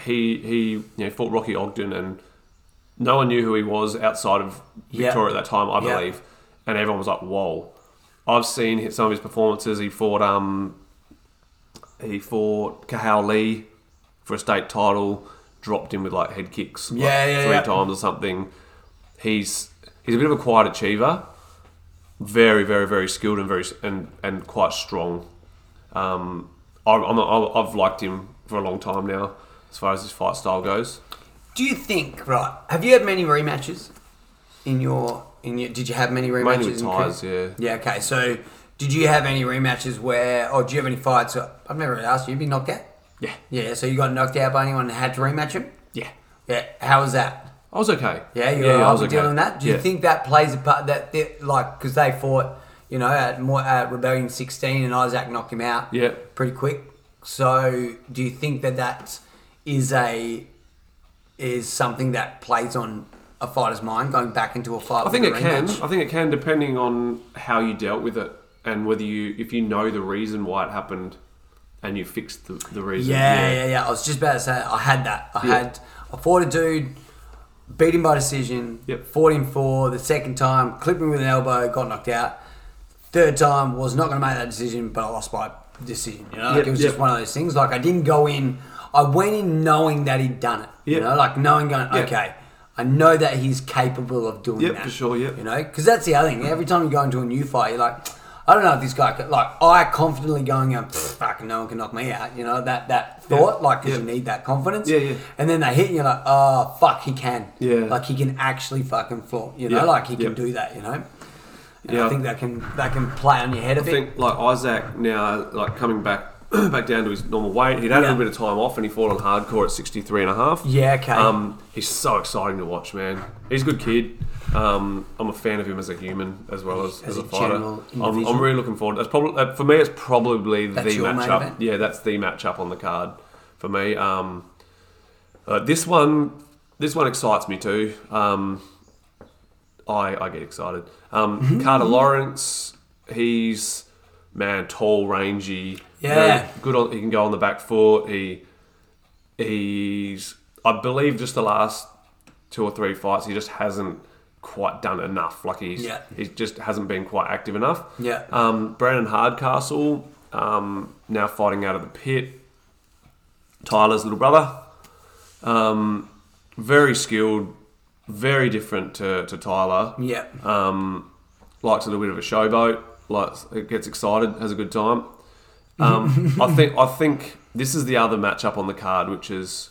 he he you know, fought Rocky Ogden and no one knew who he was outside of Yeah. Victoria at that time, I Yeah. believe, and everyone was like, "Whoa!" I've seen hit- some of his performances. He fought um he fought Cahal Lee for a state title, dropped him with like head kicks like, Yeah, yeah, three yeah. times or something. He's he's a bit of a quiet achiever very, very, very skilled and very and and quite strong. Um, I, I'm, I, I've liked him for a long time now, as far as his fight style goes. Do you think, right, have you had many rematches in your. In your did you have many rematches? Mainly with in ties, career? yeah. Yeah, okay. So, did you have any rematches where. Or do you have any fights? I've never really asked you. You've been knocked out? Yeah, Yeah, so you got knocked out by anyone and had to rematch him? yeah. Yeah, how was that? I was okay. Yeah, you're I was right. dealing with that. Do you Yeah. think that plays a part? That they, like because they fought, you know, at, Mo- at Rebellion 16, and Isaac knocked him out. Yeah. pretty quick. So, do you think that that is a is something that plays on a fighter's mind going back into a fight? I think it with a can. rematch? I think it can, depending on how you dealt with it and whether you, if you know the reason why it happened, and you fixed the, the reason. Yeah, yeah, yeah. I was just about to say I had that. I Yeah. had I fought a dude, beat him by decision, Yep. fought him for the second time, clipped him with an elbow, got knocked out. Third time was not going to make that decision, but I lost by decision. You know, like Yep, it was just yep. one of those things. Like I didn't go in. I went in knowing that he'd done it. You Yep. know, like knowing going Yep. okay. I know that he's capable of doing Yep, that. for sure, yep. You know, because that's the other thing. Every time you go into a new fight, you're like, I don't know if this guy could. Like, I confidently going, um, fucking no one can knock me out. You know, that that thought, like 'cause like, because yeah. you need that confidence. Yeah, yeah. And then they hit you, you're like, oh, fuck, he can. Yeah. Like, he can actually fucking floor. You know, Yeah, like, he can yeah. do that, you know? And Yeah. I think that can that can play on your head a I bit. think like Isaac now, like coming back [clears throat] back down to his normal weight, he'd had a Yeah. little bit of time off, and he fought on hardcore at 63 and a half. Yeah, okay. Um, he's so exciting to watch, man. He's a good kid. Um, I'm a fan of him as a human as well as, As as, a, a fighter. general I'm, I'm individual. really looking forward. That's probably uh, for me. It's probably That's the your main matchup. event? Yeah, that's the matchup on the card for me. Um, uh, this one, this one excites me too. Um, I, I get excited. Mm-hmm, Um, Carter Lawrence, he's man, tall, rangy. Yeah. very good on. He can go on the back foot. He he's I believe just the last two or three fights he just hasn't quite done enough. Like he's Yeah. he just hasn't been quite active enough. Yeah. Um, Brandon Hardcastle um, now fighting out of the pit. Tyler's little brother. Um, very skilled, very different to, to Tyler yeah. um, likes a little bit of a showboat, likes it gets excited, has a good time. Um, I think I think this is the other matchup on the card, which is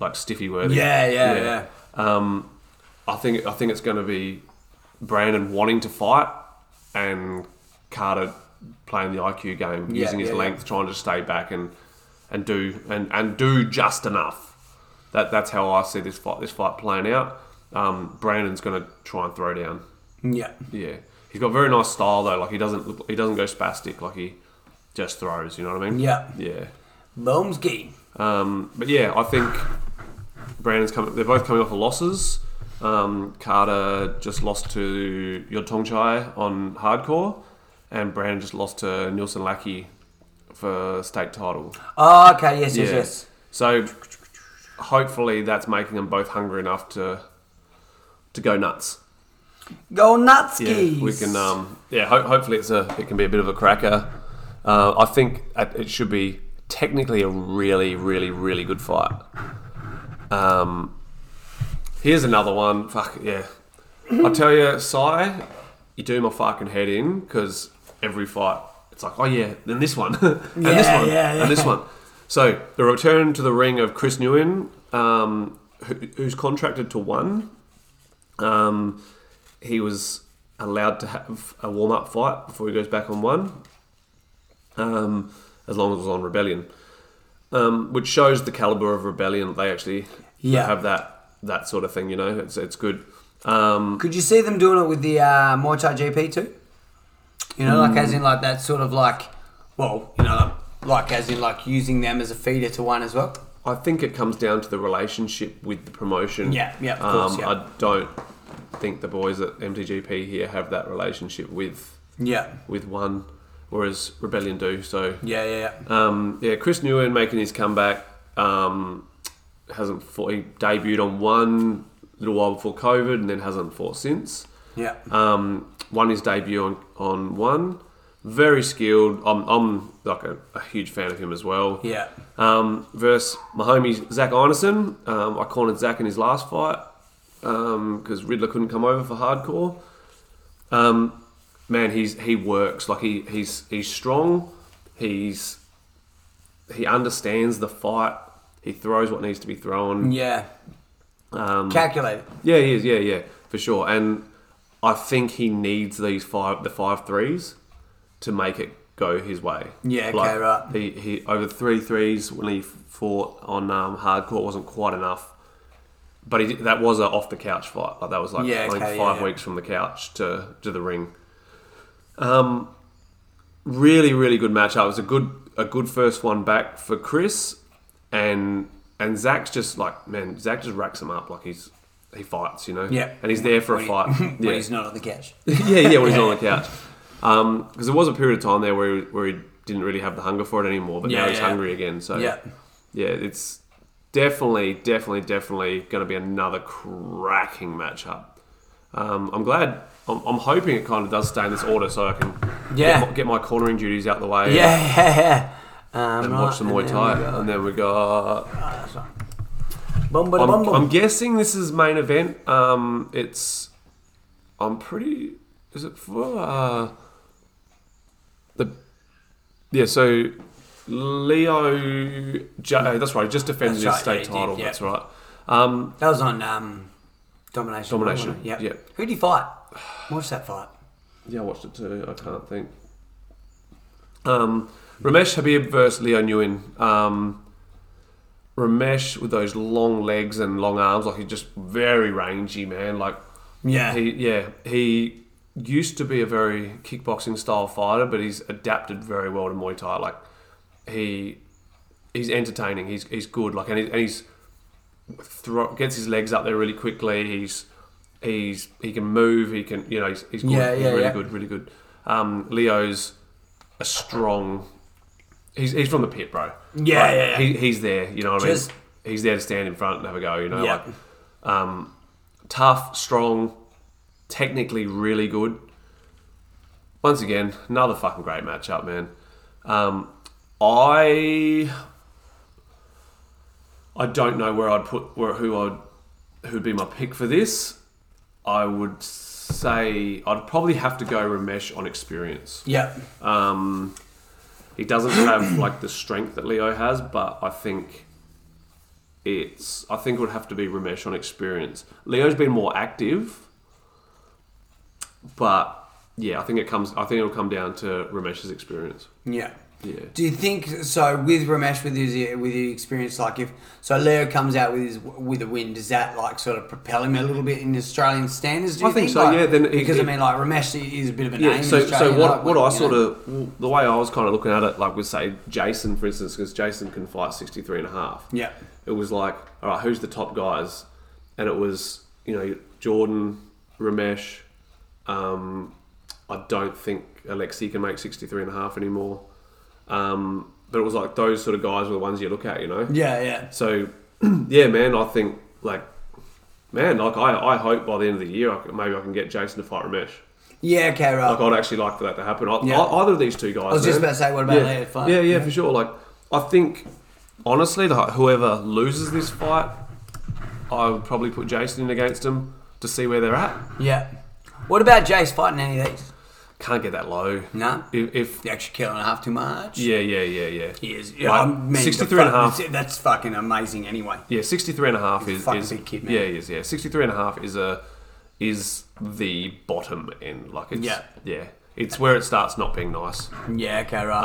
like Stiffy worthy. yeah, yeah, yeah. Um, I think I think it's going to be Brandon wanting to fight and Carter playing the IQ game, Yeah, using his yeah, yeah. length, trying to stay back and and do and, and do just enough. That that's how I see this fight this fight playing out. Um, Brandon's going to try and throw down. Yeah. Yeah, he's got very nice style though. Like he doesn't look, he doesn't go spastic. Like he just throws. You know what I mean? Yeah. Yeah. Boomski. Um, but yeah, I think Brandon's coming. They're both coming off of losses. Um, Carter just lost to Yodtongchai on hardcore, and Brandon just lost to Nielsen Lackey for state title. Oh, okay. Yes, yes, Yeah. yes. So hopefully that's making them both hungry enough to to go nuts. Go nuts, Yeah, we can. Um, yeah, ho- hopefully it's a it can be a bit of a cracker. Uh, I think at- it should be technically a really, really, really good fight. Um, here's another one. Fuck yeah! I tell you, Sai, you do my fucking head in because every fight it's like, oh yeah, then this one, [laughs] and this Yeah, one, yeah, yeah. and this one. So the return to the ring of Chris Newen, um, who, who's contracted to one um, he was allowed to have a warm up fight before he goes back on one, um, as long as it was on Rebellion, um, which shows the caliber of Rebellion. that They actually Yeah. have that that sort of thing. You know, it's it's good. Um, Could you see them doing it with the uh, Muay Thai GP too? You know, like as in like that sort of like, well, you know, like, like as in like using them as a feeder to one as well. I think it comes down to the relationship with the promotion. Yeah, yeah, of course, um, yeah. I don't think the boys at MTGP here have that relationship with Yeah. with one, whereas Rebellion do. So Yeah, yeah, yeah. Um, yeah, Chris Newen making his comeback. Um, hasn't fought. He debuted on one a little while before COVID, and then hasn't fought since. Yeah. Um, won his debut on, on one. Very skilled. I'm, I'm like a, a huge fan of him as well. Yeah. Um, versus my homie Zach Ineson. Um, I cornered Zach in his last fight because Riddler couldn't come over for hardcore. Um, man, he's he works like he he's he's strong. He's he understands the fight. He throws what needs to be thrown. Yeah. Um, Calculated. yeah, he is. Yeah, yeah, for sure. And I think he needs these five, the five threes, to make it go his way. Yeah, okay, right. He, he over three threes when he fought on um, hardcore wasn't quite enough, but he, did- that was a off the couch fight. Like that was like Yeah, I think okay, yeah, five yeah. weeks from the couch to to the ring. Um, really, really good matchup. It was a good a good first one back for Chris, and and Zach's just like man, Zach just racks him up like he's he fights, you know. Yeah. and he's there for a When he- fight. yeah. [laughs] when he's not on the couch. [laughs] yeah, yeah, when he's on the couch. Um, because there was a period of time there where he, where he didn't really have the hunger for it anymore, but Yeah, now he's yeah. hungry again. So Yeah. yeah, it's definitely, definitely, definitely going to be another cracking matchup. Um, I'm glad. I'm, I'm hoping it kind of does stay in this order, so I can Yeah. get, my, get my cornering duties out the way. Yeah, yeah, yeah. Um, And watch the Muay Thai, and then we got. Bum, bum, bum, I'm, bum. I'm guessing this is main event. Um, it's. I'm pretty. Is it for uh, the? Yeah. So Leo. J, that's right. He just defended That's his right, yeah, state he did, title. yeah. That's right. Um, That was on um, Domination. Domination, wasn't it? Yeah. yeah. Who did he fight? Watch that fight. yeah, I watched it too. I can't think. Um, Ramesh Habib versus Leo Nguyen. Um, Ramesh with those long legs and long arms, like he's just very rangy, man. Like Yeah. He yeah, he used to be a very kickboxing style fighter, but he's adapted very well to Muay Thai. Like he he's entertaining. He's he's good. Like and, he, and he's thro- gets his legs up there really quickly. He's he's he can move. He can you know he's, he's good. Yeah, he's yeah, really yeah. good, really good. Um, Leo's a strong. He's, he's from the pit, bro. Yeah, Like, yeah, yeah. He, he's there. You know what Just- I mean. He's there to stand in front and have a go. You know, Yeah. like um, tough, strong, technically really good. Once again, another fucking great matchup, man. Um, I I don't know where I'd put where who I'd who'd be my pick for this. I would say I'd probably have to go Ramesh on experience. Yeah. Um, he doesn't have [coughs] like the strength that Leo has, but I think it's I think it would have to be Ramesh on experience. Leo's been more active, but yeah, I think it comes. I think it'll come down to Ramesh's experience. Yeah. Yeah. Do you think so with Ramesh with his with his experience like if so Leo comes out with his with a win does that like sort of propel him a little bit in Australian standards? Do you I think so, Like, yeah, then it- because it- I mean like Ramesh is a bit of a name. Yeah, in so, so Australia, what, like, what you I know. sort of, the way I was kind of looking at it, like with, say, Jason, for instance, because Jason can fly at 63 and a half. Yeah. It was like, all right, who's the top guys? And it was, you know, Jordan, Ramesh. Um, I don't think Alexi can make 63 and a half anymore. Um, but it was like those sort of guys were the ones you look at, you know? yeah yeah So, [clears throat] yeah, man, I think, like, man, like, I, I hope by the end of the year, I, can- maybe I can get Jason to fight Ramesh. yeah okay right. Like I'd actually like for that to happen. I, Yeah. I, either of these two guys. I was just about to say, what about yeah. Leo fight? Yeah, yeah, for sure. Like I think honestly, the, whoever loses this fight, I would probably put Jason in against him to see where they're at. yeah. What about Jace fighting any of these? Can't get that low. No. If, if The extra kilo and a half too much. yeah, yeah, yeah, yeah. He is. Yeah, Like, I mean, the 63 and a fuck- half. That's fucking amazing anyway. Yeah, 63 and a half He's a is, fucking is big kid, man. Yeah, he is. Yeah, 63 and a half is a is the bottom end. Like it's Yeah. yeah. It's where it starts not being nice. Yeah, okay, right.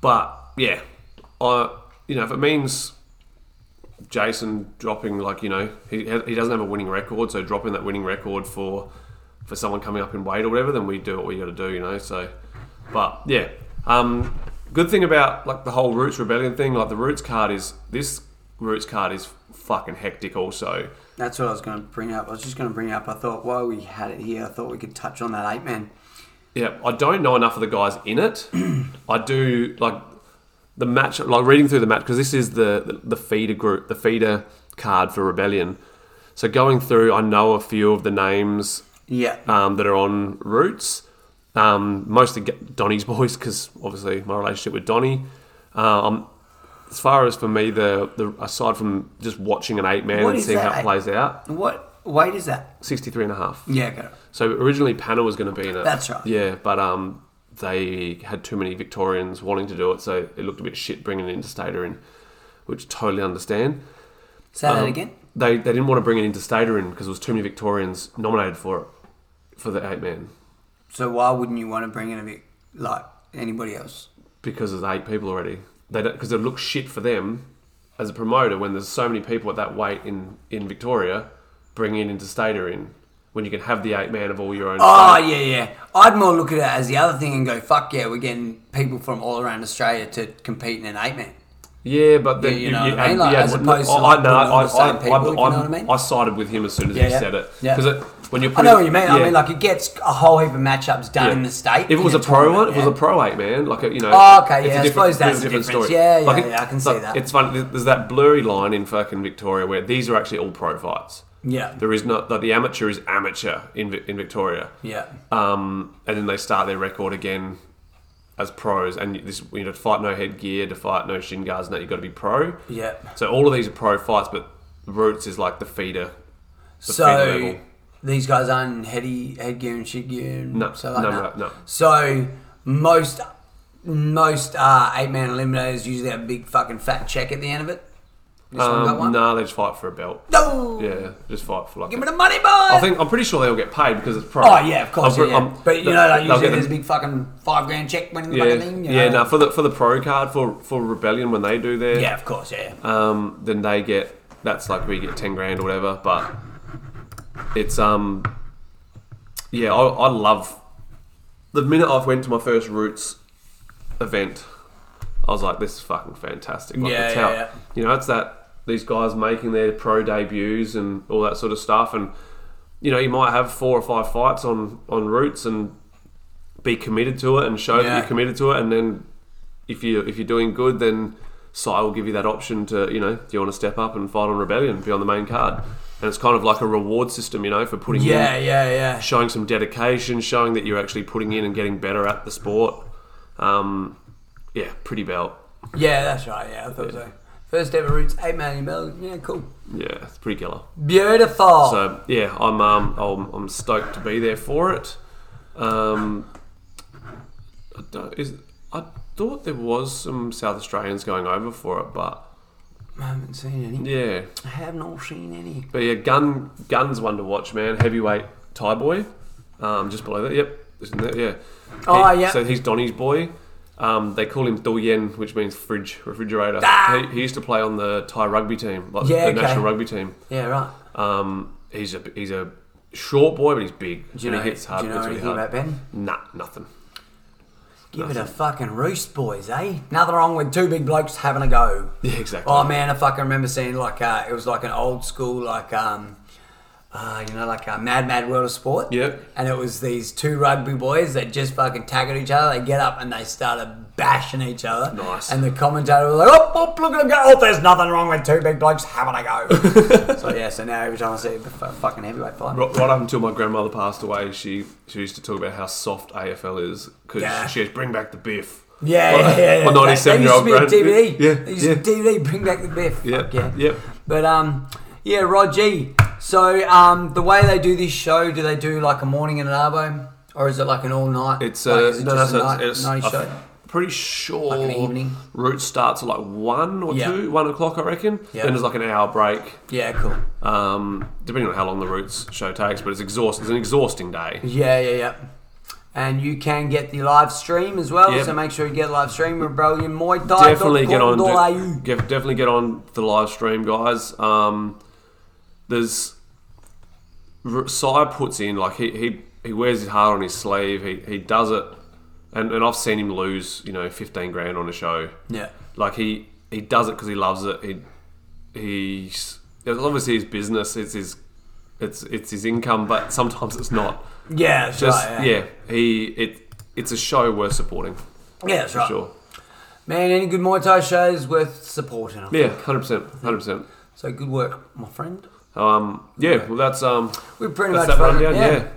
But yeah, I you know if it means Jason dropping like you know he he doesn't have a winning record, so dropping that winning record for for someone coming up in weight or whatever, then we do what we got to do, you know. So, but yeah, um, good thing about like the whole Roots Rebellion thing, like the Roots card is this Roots card is fucking hectic also. That's what I was going to bring up. I was just going to bring up. I thought while we had it here, I thought we could touch on that eight man. Yeah, I don't know enough of the guys [clears throat] in it. I do like the match, like reading through the match because this is the the feeder group, the feeder card for Rebellion. So going through, I know a few of the names Yeah. um, that are on routes. Um, mostly get Donny's [laughs] boys because obviously my relationship with Donny. Um, as far as for me, the, the aside from just watching an eight man What and is seeing how that? it plays out, what weight is that? 63 and a half. Yeah, go. So originally Panna was going to be in it. That's right. Yeah, but um, they had too many Victorians wanting to do it, so it looked a bit shit bringing an interstater in, which totally understand. Say that Um, again. They they didn't want to bring an interstater in because there was too many Victorians nominated for it for the eight man So why wouldn't you want to bring in a bit like anybody else? because because there's eight people already. They because it looks shit for them as a promoter when there's so many people at that weight in in Victoria bringing an interstater in when you can have the eight man of all your own. Oh yeah, yeah. I'd more look at it as the other thing and go, "Fuck yeah, we're getting people from all around Australia to compete in an eight man." Yeah, but then Yeah, you you, know you what I mean? add- Like, you add- as opposed to I- like I, no, putting all I, the same people, I, I, if you know what I mean? I sided with him as soon as Yeah, he yeah. said it Yeah. because when you're I putting, know what you mean. I yeah, mean, like it gets a whole heap of matchups done yeah. in the state. If it was in a the pro one, tournament, if it was yeah. a pro eight man, like a, you know. Oh, okay, yeah, it's a I different- suppose that's it's the a different difference. story. Yeah, yeah, Like, it- yeah, I can it's see like- that. It's funny. There's that blurry line in fucking Victoria where these are actually all pro fights. Yeah. There is not like the amateur is amateur in Vi- in Victoria. Yeah. Um, and then they start their record again as pros, and this you know to fight no headgear, to fight no shin guards, and that you've got to be pro. Yeah. So all of these are pro fights, but Roots is like the feeder. The feeder So level. these guys aren't heady headgear and shit gear. And No, so like no, that. no, no. So most most uh, eight man eliminators usually have a big fucking fat check at the end of it. This one got Um, one. no, they just fight for a belt. No. Yeah, just fight for like. Give a- me the money, boy. I think I'm pretty sure they'll get paid because it's pro. Oh yeah, of course. I'm pre- yeah, yeah. I'm- But you they'll- know, like, they'll usually get there's a them- big fucking five grand check when the Yeah, fucking thing. You yeah. know? No, for the for the pro card for for Rebellion when they do their yeah, of course. Yeah. um, then they get that's like we get ten grand or whatever. But it's um, yeah, I, I love the minute I went to my first Roots event, I was like, this is fucking fantastic. Like, Yeah, it's yeah, how, yeah. You know, it's that these guys making their pro debuts and all that sort of stuff, and you know, you might have four or five fights on on Roots and be committed to it and show that Yeah. you're committed to it, and then if you if you're doing good, then Sai will give you that option to you know, do you want to step up and fight on Rebellion, be on the main card, and it's kind of like a reward system, you know, for putting in- yeah, yeah, yeah. showing some dedication, showing that you're actually putting in and getting better at the sport. Um, yeah, pretty belt. Yeah, that's right. Yeah, I thought so. First ever roots eight man eliminator. Yeah, cool. Yeah, it's pretty killer. Beautiful. So yeah, I'm um, I'm, I'm stoked to be there for it. Um, I, don't, is, I thought there was some South Australians going over for it, but I haven't seen any. yeah, I have not seen any. but yeah, gun guns one to watch, man. Heavyweight Thai boy, um, just below that. Yep, isn't that yeah? Oh, He- yeah. So he's Donny's boy. Um, they call him Do Yen, which means fridge, refrigerator. He, he used to play on the Thai rugby team, like Ah! Yeah, the okay. national rugby team. Yeah, right. Um, he's a he's a short boy, but he's big. Do you and know, he hits hard. do you know hits really anything hard. about Ben? Nah, nothing. Give it a fucking roost, boys, eh? Nothing wrong with two big blokes having a go. [laughs] Yeah, exactly. Oh man, I fucking remember seeing like uh, it was like an old school like um, uh, you know like a Mad Mad World of Sport. Yep. And it was these two rugby boys that just fucking tackled each other. They get up and they started bashing each other. Nice. And the commentator was like, "Oh, oh look at them go! Oh, there's nothing wrong with two big blokes having a [laughs] go." so yeah, so now every time I see a f- fucking heavyweight fight, Right, right up until my grandmother passed away, she she used to talk about how soft AFL is because Yeah. she has bring back the biff. Yeah, My- yeah, yeah. My They- ninety-seven year old They used to be a DVD. Yeah, They used yeah, to be DVD, bring back the biff. yeah, Fuck yeah. yeah. But um, yeah, Rod G. So um, the way they do this show, do they do like a morning and an arvo, or is it like an all night? It's like, uh, is it no, just that's a a, night, it's night a- show. Pretty sure Like an evening? route starts at like one or Yeah. two, one o'clock, I reckon. Yeah. Then there's like an hour break, Yeah, cool. um, depending on how long the routes show takes. But it's exhaust. It's an exhausting day. Yeah, yeah, yeah. And you can get the live stream as well, Yeah. so make sure you get a live stream. Rebellion Muay Thai. definitely get on de- get- definitely get on the live stream guys um there's R- Sai puts in like he, he he wears his heart on his sleeve he, he does it and, and I've seen him lose you know 15 grand on a show Yeah. like he he does it because he loves it he he's it's obviously his business it's his it's it's his income but sometimes it's not Yeah, that's [laughs] just right, yeah. yeah he it it's a show worth supporting Yeah, that's right. sure Man, any good Muay Thai shows worth supporting. I think. yeah 100% 100% So good work, my friend. Um, yeah, well, that's um, We pretty That's much that fucking- rundown, yeah.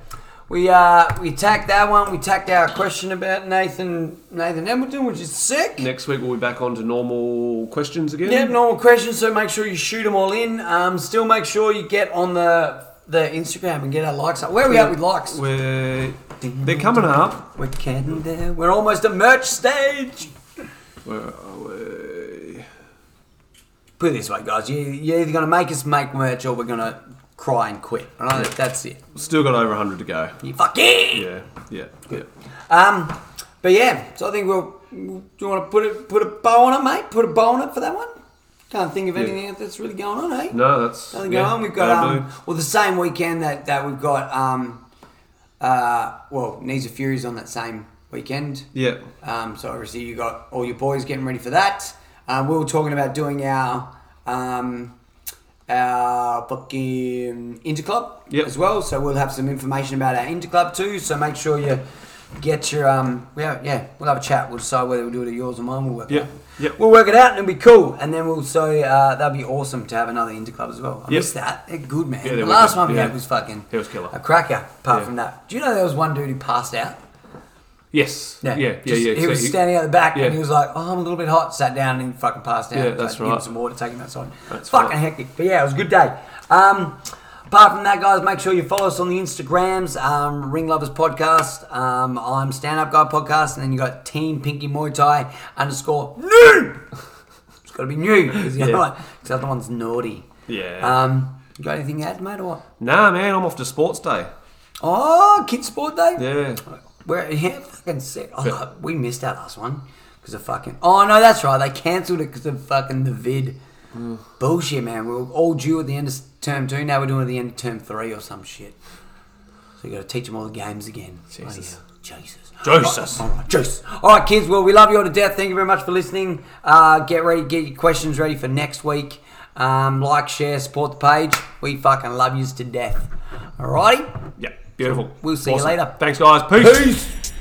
We uh we tacked that one. We tacked our question about Nathan Nathan Hamilton, which is sick. next week we'll be back on to normal questions again. Yep, normal questions. So make sure you shoot them all in. Um, still make sure you get on the the Instagram and get our likes up. Where are we at with likes? We're, We're, they're coming up. we're getting there. We're almost at merch stage. Where are we? Put it this way, guys. You you're either gonna make us make merch or we're gonna cry and quit. All right, that's it. Still got over 100 to go. You fuck yeah. Yeah, yeah, yeah. Um, but yeah, so I think we'll. Do you want to put it put a bow on it, mate? Put a bow on it for that one. Can't think of anything else that's really going on, eh? No, that's Nothing yeah, going on. We've got that'll um, well the same weekend that that we've got um, uh, well, Knees of Furies on that same weekend. do. yeah, Um, so obviously you got all your boys getting ready for that. Um, we were talking about doing our um, our fucking interclub Yep. as well. So we'll have some information about our interclub too. So make sure you get your um yeah yeah we'll have a chat. We'll decide whether we'll do it at yours or mine. We'll work it Yep. out. Yep. We'll work it out and it'll be cool. And then we'll so uh, that'll be awesome to have another interclub as well. I Yep. missed that. They're good man. Yeah, the they're last wicked. one we Yeah. had was fucking It was killer. a cracker. Apart Yeah. from that, do you know there was one dude who passed out? yes, yeah, yeah, yeah. Just- yeah. He So was standing out the back yeah. and he was like, "Oh, I'm a little bit hot." Sat down and fucking passed out. Yeah, It was that's like, Give him right. some water, take him outside. That's fucking right. hectic, but yeah, it was a good day. Um, apart from that, guys, make sure you follow us on the Instagrams, um, Ring Lovers Podcast. Um, I'm Stand Up Guy Podcast, and then you got Team Pinky Muay Thai underscore new. It's got to be new because the other Yeah. one, 'cause the other one's naughty. Yeah. Um, you got anything to add, mate, or what? nah, man, I'm off to sports day. Oh, kids sport day. Yeah. We're yeah, fucking sick. Oh, we missed our last one because of fucking. Oh no, that's right. They cancelled it because of fucking the vid. Bullshit, man. We were all due at the end of s- term two. Now we're doing it at the end of term three or some shit. So you got to teach them all the games again. Jesus. Bloody hell. Jesus. Jesus. All right, Juice. All right, kids. Well, we love you all to death. Thank you very much for listening. Uh, get ready, get your questions ready for next week. Um, like, share, support the page. We fucking love yous to death. Alrighty. Yeah, beautiful. We'll see you later. Thanks, guys. Peace.